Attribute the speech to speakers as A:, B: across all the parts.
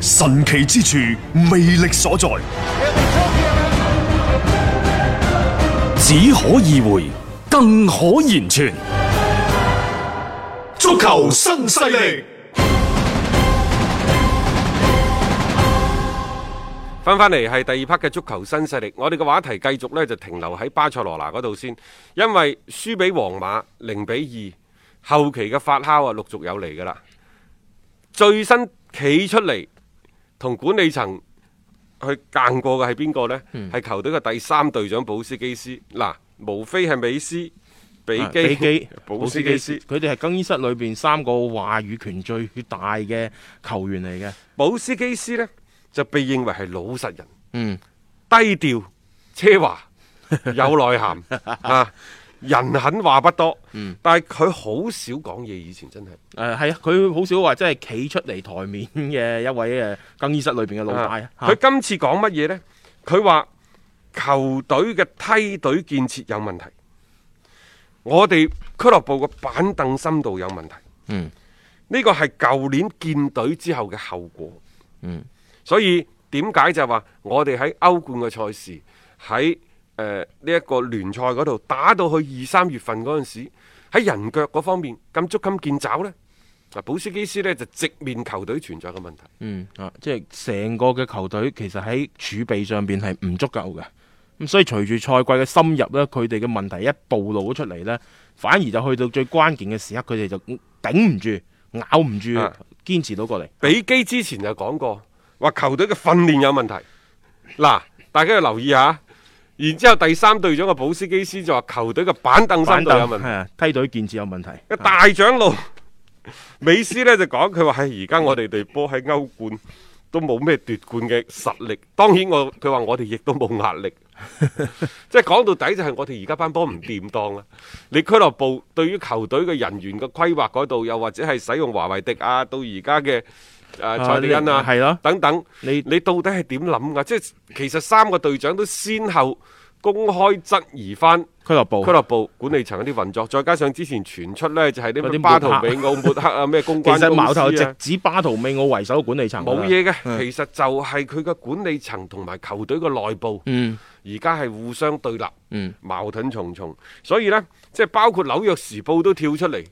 A: 神奇之處，魅力所在，
B: 只可意會，更可言傳。
A: 足球新勢力。
C: 翻翻嚟係第二 part 嘅足球新勢力，我哋嘅話題繼續呢，就停留喺巴塞羅那嗰度先，因為輸俾皇馬零比二，後期嘅發酵啊陸續有嚟噶啦，最新企出嚟同管理層去硬過嘅係邊個呢？
D: 嗯
C: 係、球隊嘅第三隊長保斯基斯，嗱，無非係美斯、比
D: 啊
C: 基、
D: 比基、
C: 保斯基斯。
D: 佢哋係更衣室裏邊三個話語權最大嘅球員嚟嘅。
C: 保斯基斯呢，就被認為係老實人。
D: 嗯，
C: 低調、奢華、有內涵啊！人狠話不多，但係佢好少講嘢。以前真係
D: 誒係啊，佢好少話真係企出嚟台面嘅一位誒更衣室裏邊嘅老大
C: 啊
D: 啊。
C: 佢今次講乜嘢呢？佢話球隊嘅梯隊建設有問題，我哋俱樂部嘅板凳深度有問題。
D: 嗯，
C: 呢個係舊年建隊之後嘅後果。所以點解就係話我哋喺歐冠嘅賽事喺誒呢一個聯賽嗰度打到去二三月份嗰陣時，喺人腳嗰方面咁捉襟見肘呢？嗱，保斯基斯呢就直面球隊存在嘅問題。
D: 嗯啊，即係成個嘅球隊其實喺儲備上邊係唔足夠嘅。咁所以隨住賽季嘅深入咧，佢哋嘅問題一暴露咗出嚟呢，反而就去到最關鍵嘅時刻，佢哋就頂唔住、咬唔住
C: 啊，
D: 堅持到過嚟。
C: 比基之前就講過，話球隊嘅訓練有問題。嗱，大家要留意下。然之後第三隊長嘅保斯基斯就話球隊嘅板凳深
D: 反
C: 度
D: 斗
C: 有問題
D: 係。啊，梯隊建設有問題。
C: 大長老 美斯呢就講佢話：，係而家我哋隊波喺歐冠都冇咩奪冠嘅實力。當然我佢話我哋亦都冇壓 力，即係講到底就係我哋而家班波唔掂當啦。你俱樂部對於球隊嘅人員嘅規劃嗰度，又或者係使用華為迪啊，到而家嘅誒蔡利恩啊，
D: 係咯
C: 等等，
D: 你
C: 你到底係點諗啊噶？即係其實三個隊長都先後公開質疑翻。
D: 俱樂部
C: 俱樂部管理層嗰啲運作，再加上之前傳出呢，就係啲
D: 嗰
C: 咩
D: 啲
C: 巴
D: 抹
C: 圖
D: 黑
C: 美奧抹黑啊，咩公
D: 其
C: 關
D: 實矛頭
C: 公司
D: 直
C: 啊，
D: 指巴圖美奧為首嘅管理層㗎啦。
C: 冇
D: 嗯
C: 嘢嘅。其實就係佢嘅管理層同埋球隊嘅內部，
D: 嗯
C: 而家係互相對立，
D: 嗯
C: 矛盾重重。所以呢，即係包括紐約時報都跳出嚟。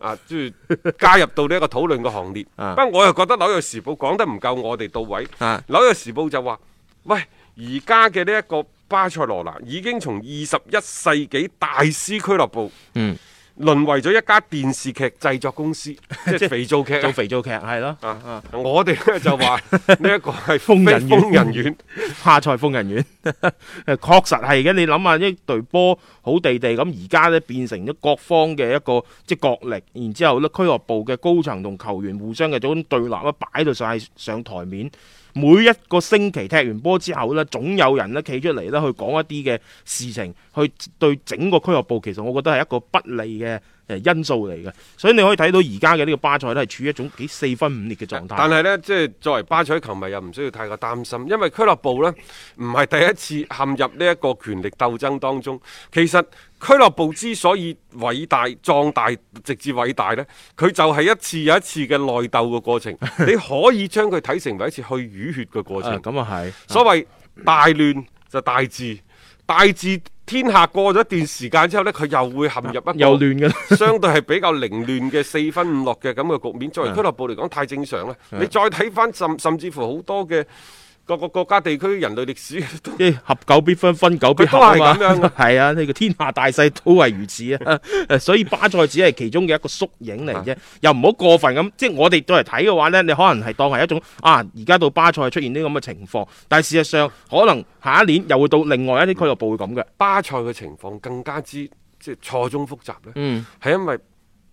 C: 啊，即係 加入到呢一個討論嘅行列。
D: 啊
C: 不過我又覺得紐約時報講得唔夠我哋到位。
D: 啊
C: 紐約時報就話：，喂，而家嘅呢一個巴塞羅那已經從二十一世紀大師俱樂部，
D: 嗯，
C: 淪為咗一家電視劇製作公司，即係肥皂劇啊
D: 做肥皂劇係咯，
C: 啊！我哋咧就 話呢一個係
D: 瘋人
C: 非
D: 院
C: 瘋人院，
D: 下賽瘋人院， 誒確實係嘅。你諗下，一隊波好地地咁，而家咧變成咗各方嘅一個即係角力，然之後咧俱樂部嘅高層同球員互相嘅種對立咧擺到晒上台面。每一個星期踢完波之後咧，總有人咧企出嚟咧去講一啲嘅事情，去對整個俱樂部其實我覺得係一個不利嘅誒因素嚟嘅。所以你可以睇到而家嘅呢個巴塞咧係處於一種幾四分五裂嘅狀態。
C: 但係呢，即係作為巴塞球迷又唔需要太過擔心，因為俱樂部呢唔係第一次陷入呢一個權力鬥爭當中。其實俱樂部之所以偉大、壯大，直至偉大呢，佢就係一次又一次嘅內鬥嘅 過程。你可以將佢睇成為一次去淤血嘅過
D: 啊
C: 程。
D: 咁啊係，
C: 所謂大亂就大治，大治天下過咗一段時間之後呢，佢又會陷入一個
D: 啊又亂嘅啦。
C: 相對係比較凌亂嘅四分五
D: 啊
C: 啊落嘅咁嘅局面，作為俱樂部嚟講太正常啦。你再睇翻甚甚至乎好多嘅各個國家地區人類歷史都
D: 即係合久必分，分久必合啊嘛
C: 佢都係咁樣嘅。
D: 係啊，呢個天下大勢都係如此啊。 誒所以巴塞只係其中嘅一個縮影嚟啫，又唔好過分咁。即係我哋再嚟睇嘅話呢，你可能係當係一種啊，而家到巴塞出現呢咁嘅情況，但係事實上可能下一年又會到另外一啲俱樂部會咁嘅。
C: 巴塞嘅情況更加之即係錯綜複雜呢
D: 嗯，
C: 係因為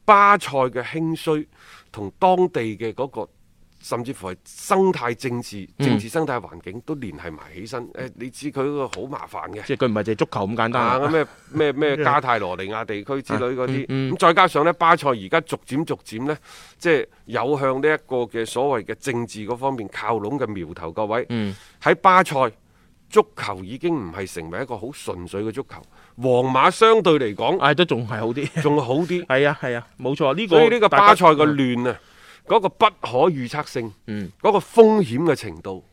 C: 巴塞嘅興衰同當地嘅嗰、個甚至乎係生態政治、
D: 嗯
C: 政治生態環境都聯繫埋起身。誒、你知佢嗰個好麻煩嘅。
D: 即係佢唔係淨係足球咁簡單
C: 啊！
D: 啊
C: 咁咩咩咩加泰羅尼亞地區之類嗰啲，咁、
D: 嗯嗯
C: 再加上呢，巴塞而家逐漸逐漸呢，即係有向呢一個嘅所謂嘅政治嗰方面靠攏嘅苗頭。各位
D: 嗯
C: 喺、巴塞足球已經唔係成為一個好純粹嘅足球，皇馬相對嚟講
D: 唉，都仲係好啲。
C: 仲好啲。
D: 係啊係啊，冇錯呢個。
C: 所以呢個
D: 大家
C: 巴塞嘅亂啊，嗰、個不可預測性，嗰、
D: 嗯
C: 個風險嘅程度，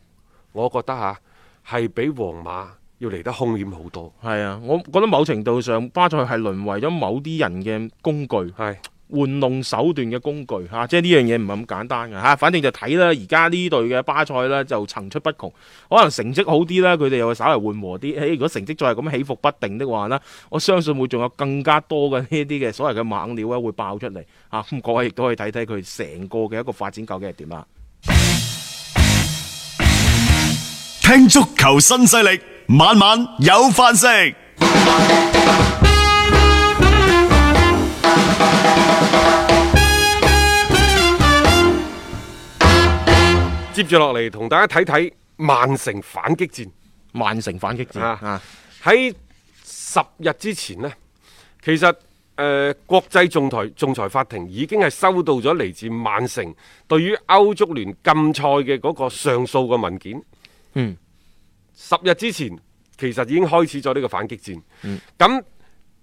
C: 我覺得嚇係比皇馬要嚟得兇險好多。
D: 係啊，我覺得某程度上巴塞係淪為咗某啲人嘅工具。
C: 係
D: 玩弄手段嘅工具嚇、即係呢樣嘢唔係咁簡單嘅嚇、反正就睇啦，而家呢隊嘅巴塞啦就層出不窮，可能成績好啲啦，佢哋又會稍為緩和啲。誒，如果成績再係咁起伏不定的話啦，我相信會仲有更加多嘅呢啲嘅所謂嘅猛料咧會爆出嚟嚇。咁、各位亦都可以睇睇佢成個嘅一個發展究竟係點啊啦。
A: 聽足球新勢力，晚晚有飯食。
C: 接住落嚟同大家睇睇曼城反擊戰。
D: 曼城反擊戰
C: 啊
D: 啊，
C: 喺十日之前呢，其實誒、呃、國際仲裁仲裁法庭已經係收到咗嚟自曼城對於歐足聯禁賽嘅嗰個上訴嘅文件。
D: 嗯，
C: 十日之前其實已經開始咗呢個反擊戰。咁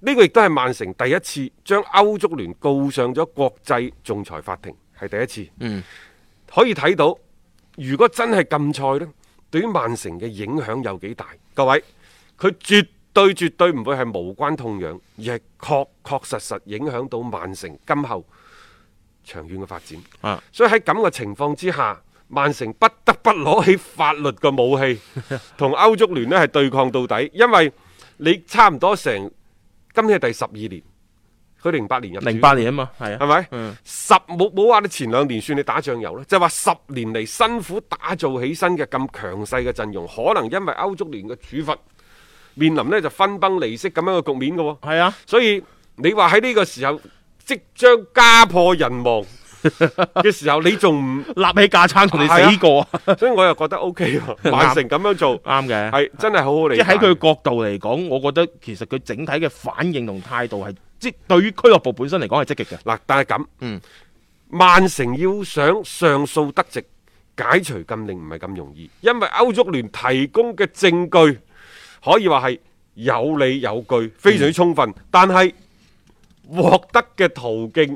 C: 呢、個亦都係曼城第一次將歐足聯告上咗國際仲裁法庭，係第一次。
D: 嗯，
C: 可以睇到，如果真係禁賽呢，對於曼城嘅影響有幾大？各位，佢絕對絕對唔會係無關痛癢，而係確確實實影響到曼城今後長遠嘅發展。
D: 啊
C: 所以喺咁嘅情況之下，曼城不得不攞起法律嘅武器，同歐足聯呢係對抗到底，因為你差唔多成今年係第十二年，佢零八年入主
D: 零八年啊嘛，係
C: 係
D: 啊，
C: 咪？
D: 嗯
C: 十冇冇話你前兩年算你打醬油啦，就係話十年嚟辛苦打造起身嘅咁強勢嘅陣容，可能因為歐足聯嘅處罰，面臨呢就分崩離析咁樣嘅局面嘅喎。
D: 係啊，
C: 所以你話喺呢個時候即將家破人亡嘅時候，你仲唔？
D: 立起架撐同你
C: 係啊啊
D: 死過啊，
C: 所以我又覺得 O K 喎，曼城咁樣做
D: 啱嘅。
C: 係真係好好理
D: 即
C: 解。
D: 係喺佢嘅角度嚟講，我覺得其實佢整體嘅反應同態度係，即係對於俱樂部本身嚟講係積極嘅。
C: 嗱，但係咁，
D: 嗯，
C: 曼城要想上訴得直，解除禁令唔係咁容易，因為歐足聯提供嘅證據可以話係有理有據，非常之充分，但係獲得嘅途徑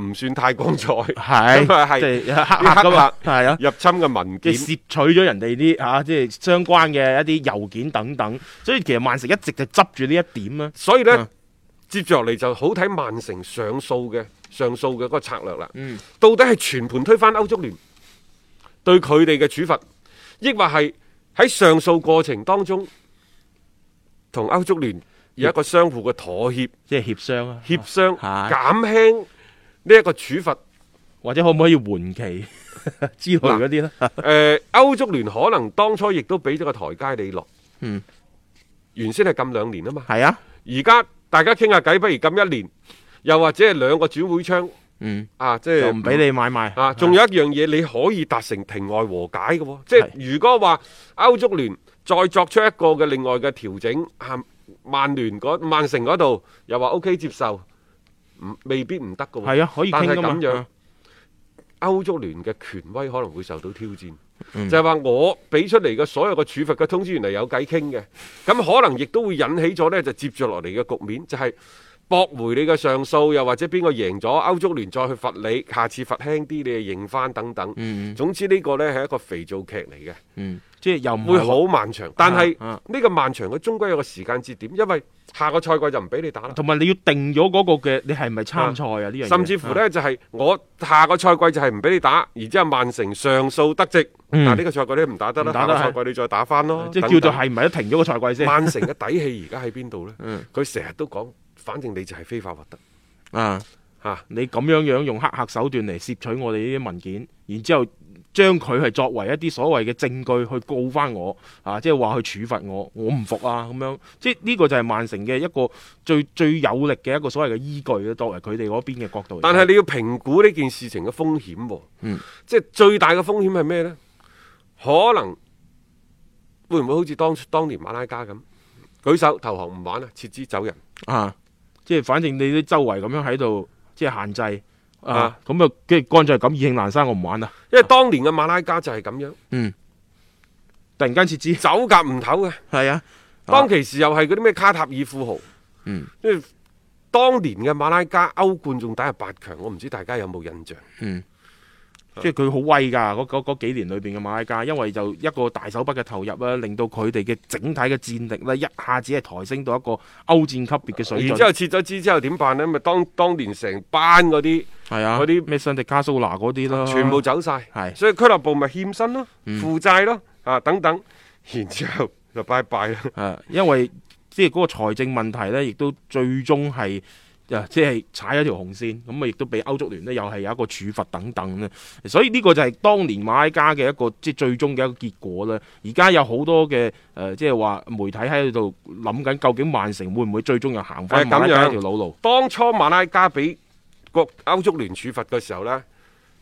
C: 唔算太光彩，
D: 係，
C: 因為係
D: 即係黑客噶嘛，係啊，
C: 入侵嘅文
D: 即
C: 件
D: 係竊取咗人哋啲嚇，即係相關嘅一啲郵件等等。所以其實曼城一直就執住呢一點啦。
C: 所以呢，
D: 嗯
C: 接住落嚟就好睇曼城上訴嘅上訴嘅嗰個策略啦。
D: 嗯
C: 到底係全盤推翻歐足聯對佢哋嘅處罰，抑或係喺上訴過程當中同歐足聯有一個相互嘅妥協
D: 即係協商嗯啊，
C: 協商，
D: 係
C: 減輕呢一個處罰。
D: 或者可唔可以 緩期之類嗰啲咧？
C: 誒、歐足聯可能當初亦都俾咗個台階你落。
D: 嗯，
C: 原先係禁兩年啊嘛。
D: 係啊，
C: 而家大家傾下偈，不如禁一年，又或者係兩個轉會窗
D: 嗯，
C: 啊，即
D: 就
C: 係
D: 唔俾你買賣
C: 啊。仲有一樣嘢，你可以達成庭外和解嘅喎、即係如果話歐足聯再作出一個嘅另外嘅調整，啊，曼聯嗰曼城嗰度又話 O K 接受，唔未必唔得嘅喎。
D: 係啊，可以傾噶嘛
C: 但係。咁樣
D: 啊
C: 歐足聯嘅權威可能會受到挑戰，
D: 嗯
C: 就係話我俾出嚟嘅所有嘅處罰嘅通知，原來有偈傾嘅，咁可能亦都會引起咗呢就接住落嚟嘅局面，就係、駁回你嘅上訴，又或者邊個贏咗歐足聯再去罰你，下次罰輕啲，你就認翻等等。
D: 嗯
C: 總之呢個呢係一個肥皂劇嚟嘅，
D: 嗯，即係又唔
C: 會
D: 係話
C: 好漫長。但係
D: 啊
C: 呢個漫長嘅終歸有個時間節點，因為下個賽季就唔俾你打啦。
D: 同埋你要定咗嗰個嘅，你係咪參賽啊？呢樣嘢
C: 甚至乎，
D: 啊
C: 呢，就係我下個賽季就係唔俾你打，然之後曼城上訴得席，
D: 嗯
C: 但呢個賽季你唔打得啦，
D: 唔打
C: 下
D: 得啊
C: 個賽季你再打翻咯，
D: 即係
C: 等
D: 叫
C: 等
D: 做係咪都停咗個賽季先？
C: 曼城嘅底氣而家喺邊度
D: 嗯
C: 呢？佢成日都講，反正你就係非法獲得
D: 啊，
C: 嚇，
D: 你咁樣樣用黑客手段嚟竊取我哋呢啲文件，然之後將佢係作為一啲所謂嘅證據去告翻我啊，即係話去處罰我，我唔服啊咁樣，即係呢個就係曼城嘅一個最最有力嘅一個所謂嘅依據作為佢哋嗰邊嘅角度嚟睇。
C: 但係你要評估呢件事情嘅風險喎、
D: 嗯
C: 即係最大嘅風險係咩呢？可能會唔會好似當當年馬拉加咁，舉手投降唔玩啦，撤資走人。
D: 啊，即係反正你都周圍咁樣喺度，即係限制啊
C: 啊，
D: 咁啊，跟住乾脆咁意興闌珊，我唔玩啦，
C: 因為當年嘅馬拉加就係咁樣，
D: 突然間撤資，
C: 走夾唔唞嘅。
D: 係啊，
C: 當其時又係嗰啲咩卡塔爾富豪，
D: 嗯，
C: 即係當年嘅馬拉加歐冠仲打入八強，我唔知大家有冇印象。
D: 即係佢好威㗎，嗰嗰嗰幾年裏邊嘅馬拉加，因為就一個大手筆嘅投入啦，令到佢哋嘅整體嘅戰力呢，一下子係抬升到一個歐戰級別嘅水
C: 然之
D: 準，
C: 後撤咗資之後點辦呢？咪當當年成班嗰啲
D: 係啊，
C: 嗰啲
D: 咩新迪加蘇拿嗰啲啦，
C: 全部走晒，
D: 啊係嗯
C: 所以俱樂部咪欠薪咯、負債咯啊等等，然之後就拜拜啦。
D: 啊，因為即係嗰個財政問題呢，亦都最終係啊，即係踩一條紅線，咁啊，亦都俾歐足聯呢，又係有一個處罰等等咧。所以呢個就係當年馬拉加嘅一個即係最終嘅一個結果啦。而家有好多嘅誒、呃即係話媒體喺度諗緊，究竟曼城會唔會最終又行翻
C: 係
D: 馬
C: 咁
D: 拉加
C: 樣
D: 條老路？
C: 當初馬拉加俾國歐足聯處罰嘅時候呢，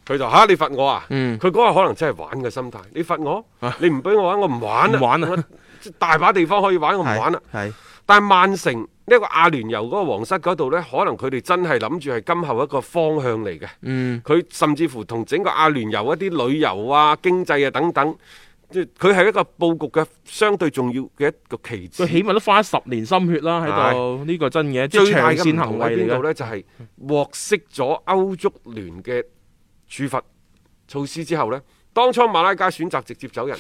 C: 佢就吓、你罰我啊！
D: 嗯啊
C: 佢嗰日可能真係玩嘅心態，你罰我，你唔俾我玩，我唔玩啦，
D: 唔玩啊
C: 我即係大把地方可以玩，我唔玩啊啦。但係曼城呢個阿聯酋嗰個皇室嗰度呢，可能佢哋真係諗住係今後一個方向嚟嘅。
D: 嗯
C: 佢甚至乎同整個阿聯酋一啲旅遊啊、經濟啊等等，即係佢係一個佈局嘅相對重要嘅一個棋子
D: 佢。起碼都花咗十年心血啦喺度，呢個真嘅，即係
C: 最大
D: 長
C: 嘅唔
D: 線
C: 同
D: 行
C: 喺邊
D: 為嚟
C: 度
D: 嘅。
C: 呢？就係獲悉咗歐足聯嘅處罰措施之後呢，當初馬拉加選擇直接走 人，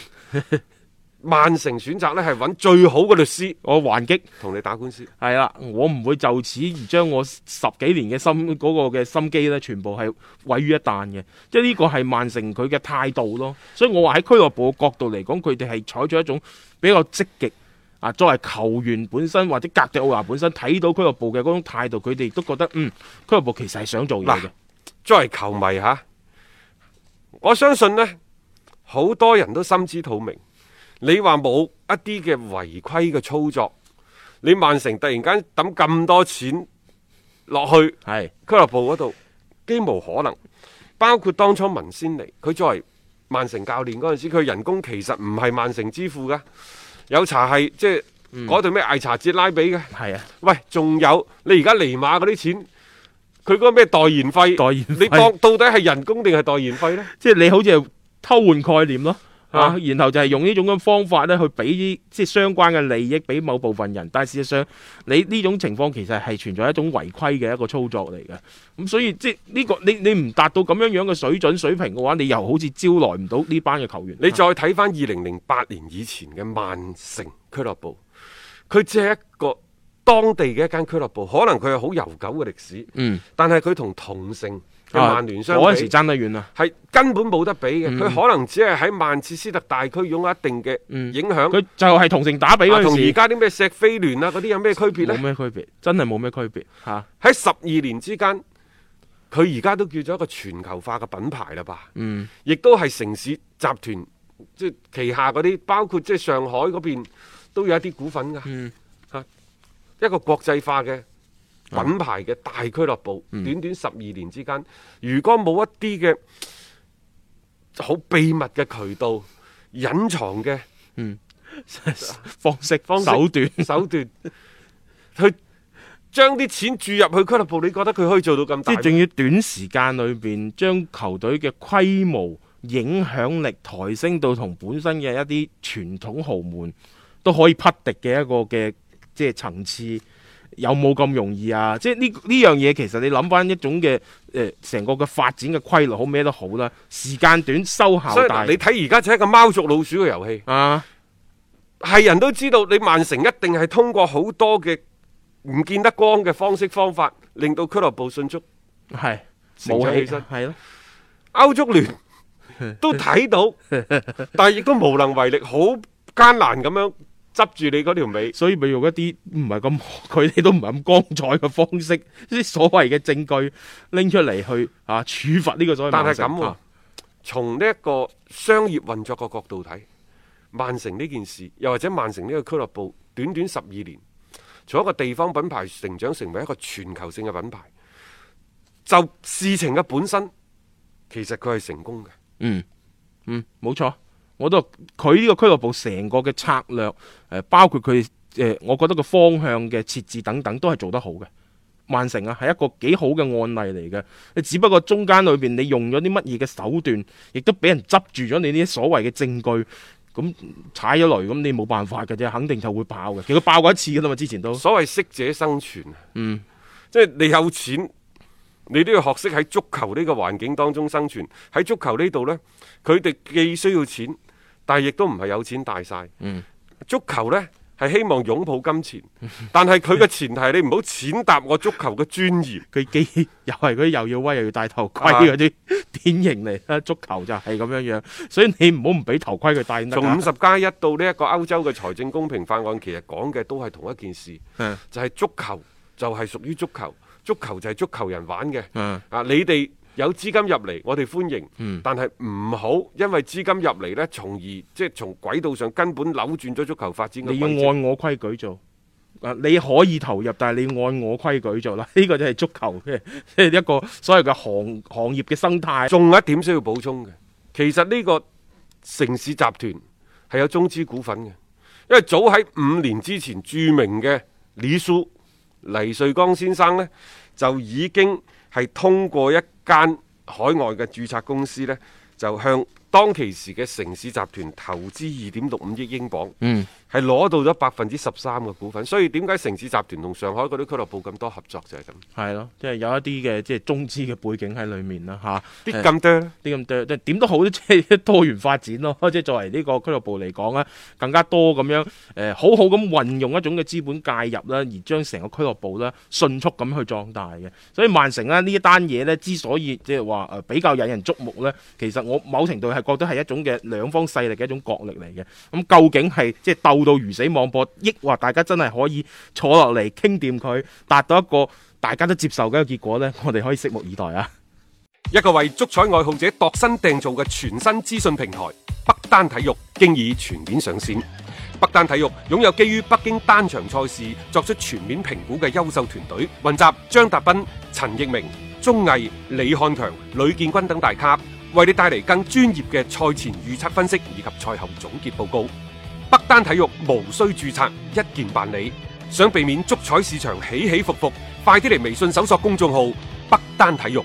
C: 曼城選擇呢係揾最好嘅律師
D: 我還擊。
C: 同你打官司。
D: 係啦，我唔會就此而將我十幾年嘅心嗰、個嘅心機咧，全部係毀於一旦嘅。即係呢個係曼城佢嘅態度咯。所以我話喺俱樂部嘅角度嚟講，佢哋係採取一種比較積極啊，作為球員本身或者格迪奧拿本身睇到俱樂部嘅嗰種態度，佢哋都覺得嗯，俱樂部其實係想做嘢嘅
C: 嗱。作為球迷吓，我相信呢，好多人都心知肚明。你話冇一啲嘅違規嘅操作，你曼城突然間抌咁多錢落去
D: 係
C: 俱樂部嗰度，幾無可能。包括當初文仙尼，佢作為曼城教練嗰陣時，佢人工其實唔係曼城支付噶，有茶係即係嗰隊咩艾查哲拉俾嘅。
D: 係啊，
C: 喂，仲有你而家尼馬嗰啲錢，佢嗰個咩代言費？
D: 代言費
C: 你當到底係人工定係代言費呢？
D: 即係你好似係偷換概念咯。啊
C: 啊，
D: 然後就係用呢種咁方法咧，去俾啲即係相關嘅利益俾某部分人，但係事實上你呢種情況其實係存在一種違規嘅一個操作嚟嘅。咁所以即係呢、個你你唔達到咁樣樣嘅水準水平嘅話，你又好似招來唔到呢班嘅球員。
C: 你再睇翻二零零八年以前嘅曼城俱樂部，佢只係一個當地嘅一間俱樂部，可能佢係好悠久嘅歷史，
D: 嗯，
C: 但係佢同同城嘅
D: 啊
C: 曼聯相
D: 嗰陣
C: 比
D: 時。嗯爭得遠啊！
C: 係根本冇得比嘅，佢、可能只係喺曼徹斯特大區擁有一定嘅影響。
D: 嗯佢就係同城打比
C: 啊
D: 嗰
C: 同
D: 陣
C: 而
D: 時，
C: 家啲咩石飛聯啊嗰啲有咩區別
D: 冇
C: 呢？
D: 咩區別，真係冇咩區別嚇。
C: 喺十二年之間，佢而家都叫做一個全球化嘅品牌啦吧？
D: 嗯，
C: 亦都係城市集團即係旗下嗰啲，包括即係上海嗰邊都有一啲股份㗎。
D: 嗯
C: 啊一個國際化嘅品牌嘅大俱樂部，
D: 嗯
C: 短短十二年之間，如果冇一啲嘅好秘密嘅渠道、隱藏嘅
D: 方式、
C: 方式
D: 手段
C: 手段，去將啲錢注入去俱樂部，你覺得佢可以做到咁
D: 即係
C: 大咩？
D: 仲要短時間裏邊將球隊嘅規模、影響力抬升到同本身嘅一啲傳統豪門都可以匹敵嘅一個嘅即係層次。有冇咁容易啊？即係呢呢樣嘢，其實你諗翻一種嘅誒成個嘅發展嘅規律好咩都好啦，時間短收
C: 所
D: 效
C: 以
D: 大
C: 嗱，你睇而家就係一個貓捉老鼠嘅遊戲，
D: 啊，
C: 係人都知道你曼城一定係通過好多嘅唔見得光嘅方式方法，令到俱樂部迅速
D: 係
C: 成
D: 冇
C: 長
D: 起
C: 起
D: 身
C: 身
D: 係咯，
C: 歐足聯都睇到，但係亦都無能為力，好艱難咁樣執住你嗰條尾。
D: 所以咪用一啲唔係咁佢哋都唔係咁光彩嘅方式，啲所謂嘅證據拎出嚟去啊處罰呢個所謂
C: 但
D: 曼
C: 係
D: 城。
C: 咁喎
D: 啊，
C: 從呢一個商業運作嘅角度睇，曼城呢件事，又或者曼城呢個俱樂部，短短十二年，從一個地方品牌成長成為一個全球性嘅品牌，就事情嘅本身，其實佢係成功嘅。
D: 嗯，冇錯，我都佢呢個俱樂部成個嘅策略，誒、包括佢誒、我覺得個方向嘅設置等等，都係做得好嘅。曼城啊，係一個幾好嘅案例嚟嘅。你只不過中間裏邊你用咗啲乜嘢嘅手段，亦都俾人執住咗你啲所謂嘅證據，咁踩咗雷，咁你冇辦法嘅啫，肯定就會爆嘅。其實佢爆過一次㗎啦嘛，之前都。
C: 所謂適者生存，嗯，即係你有錢，你都要學識喺足球呢個環境當中生存。喺足球呢度呢，佢哋既需要錢，但係亦都唔係有錢大晒。足球呢係希望擁抱金錢，但係佢嘅前提你唔好踐踏我足球嘅尊嚴。
D: 佢既 又係嗰啲又要威又要戴頭盔嗰啲 典型嚟啦，足球就係咁樣樣，所以你唔好唔俾頭盔佢戴先得㗎
C: 從五十加一到呢一個歐洲嘅財政公平法案，其實講嘅都係同一件事，
D: 嗯
C: 就係足球就係屬於足球，足球就係足球人玩嘅。
D: 嗯
C: 啊，你哋有資金入嚟，我哋歡迎，但係唔好因為資金入嚟呢，從而即係從軌道上根本扭轉咗足球發展嘅
D: 你
C: 軌
D: 要
C: 跡。
D: 按我規矩做。啊！你可以投入，但係你要按我規矩做啦。 呢、個就係足球嘅， 即係一個所謂嘅行行業嘅生態。
C: 仲有一點需要補充嘅，其實呢個城市集團係有中資股份嘅，因為早喺五年之前，著名嘅李叔黎瑞剛先生呢，就已經係通過一間海外嘅註冊公司呢，就向當其時嘅城市集團投資二點六五億英鎊，嗯，係攞到咗百分之十三嘅股份，所以點解城市集團同上海嗰啲俱樂部咁多合作就係咁，
D: 係咯，即係有一啲嘅即係中資嘅背景喺裡面啦吓，
C: 啲
D: 誒
C: 咁多呢。
D: 啲咁多，即係點都好，即係多元發展咯。 即係作為呢個俱樂部嚟講咧，更加多咁樣誒、呃好好咁運用一種嘅資本介入啦，而將成個俱樂部咧迅速咁去壯大嘅。所以曼城咧呢一單嘢咧，之所以即係話誒比較引人矚目咧，其實我某程度係覺得係一種嘅兩方勢力嘅一種角力嚟嘅。咁究竟係即係鬥到魚死網破，抑或大家真係可以坐落嚟傾掂佢，達到一個大家都接受嘅一個結果咧？我哋可以拭目以待啊！
C: 一個為足彩愛好者度身訂造嘅全新資訊平台北單體育，經已全面上線。北單體育擁有基於北京單場賽事作出全面評估嘅優秀團隊，雲集張達斌、陳奕明、鐘毅、李漢強、呂建軍等大咖，為你帶嚟更專業嘅賽前預測分析以及賽後總結報告。北單體育無需註冊，一鍵辦理。想避免足彩市場起起伏伏，快啲嚟微信搜索公眾號北單體育。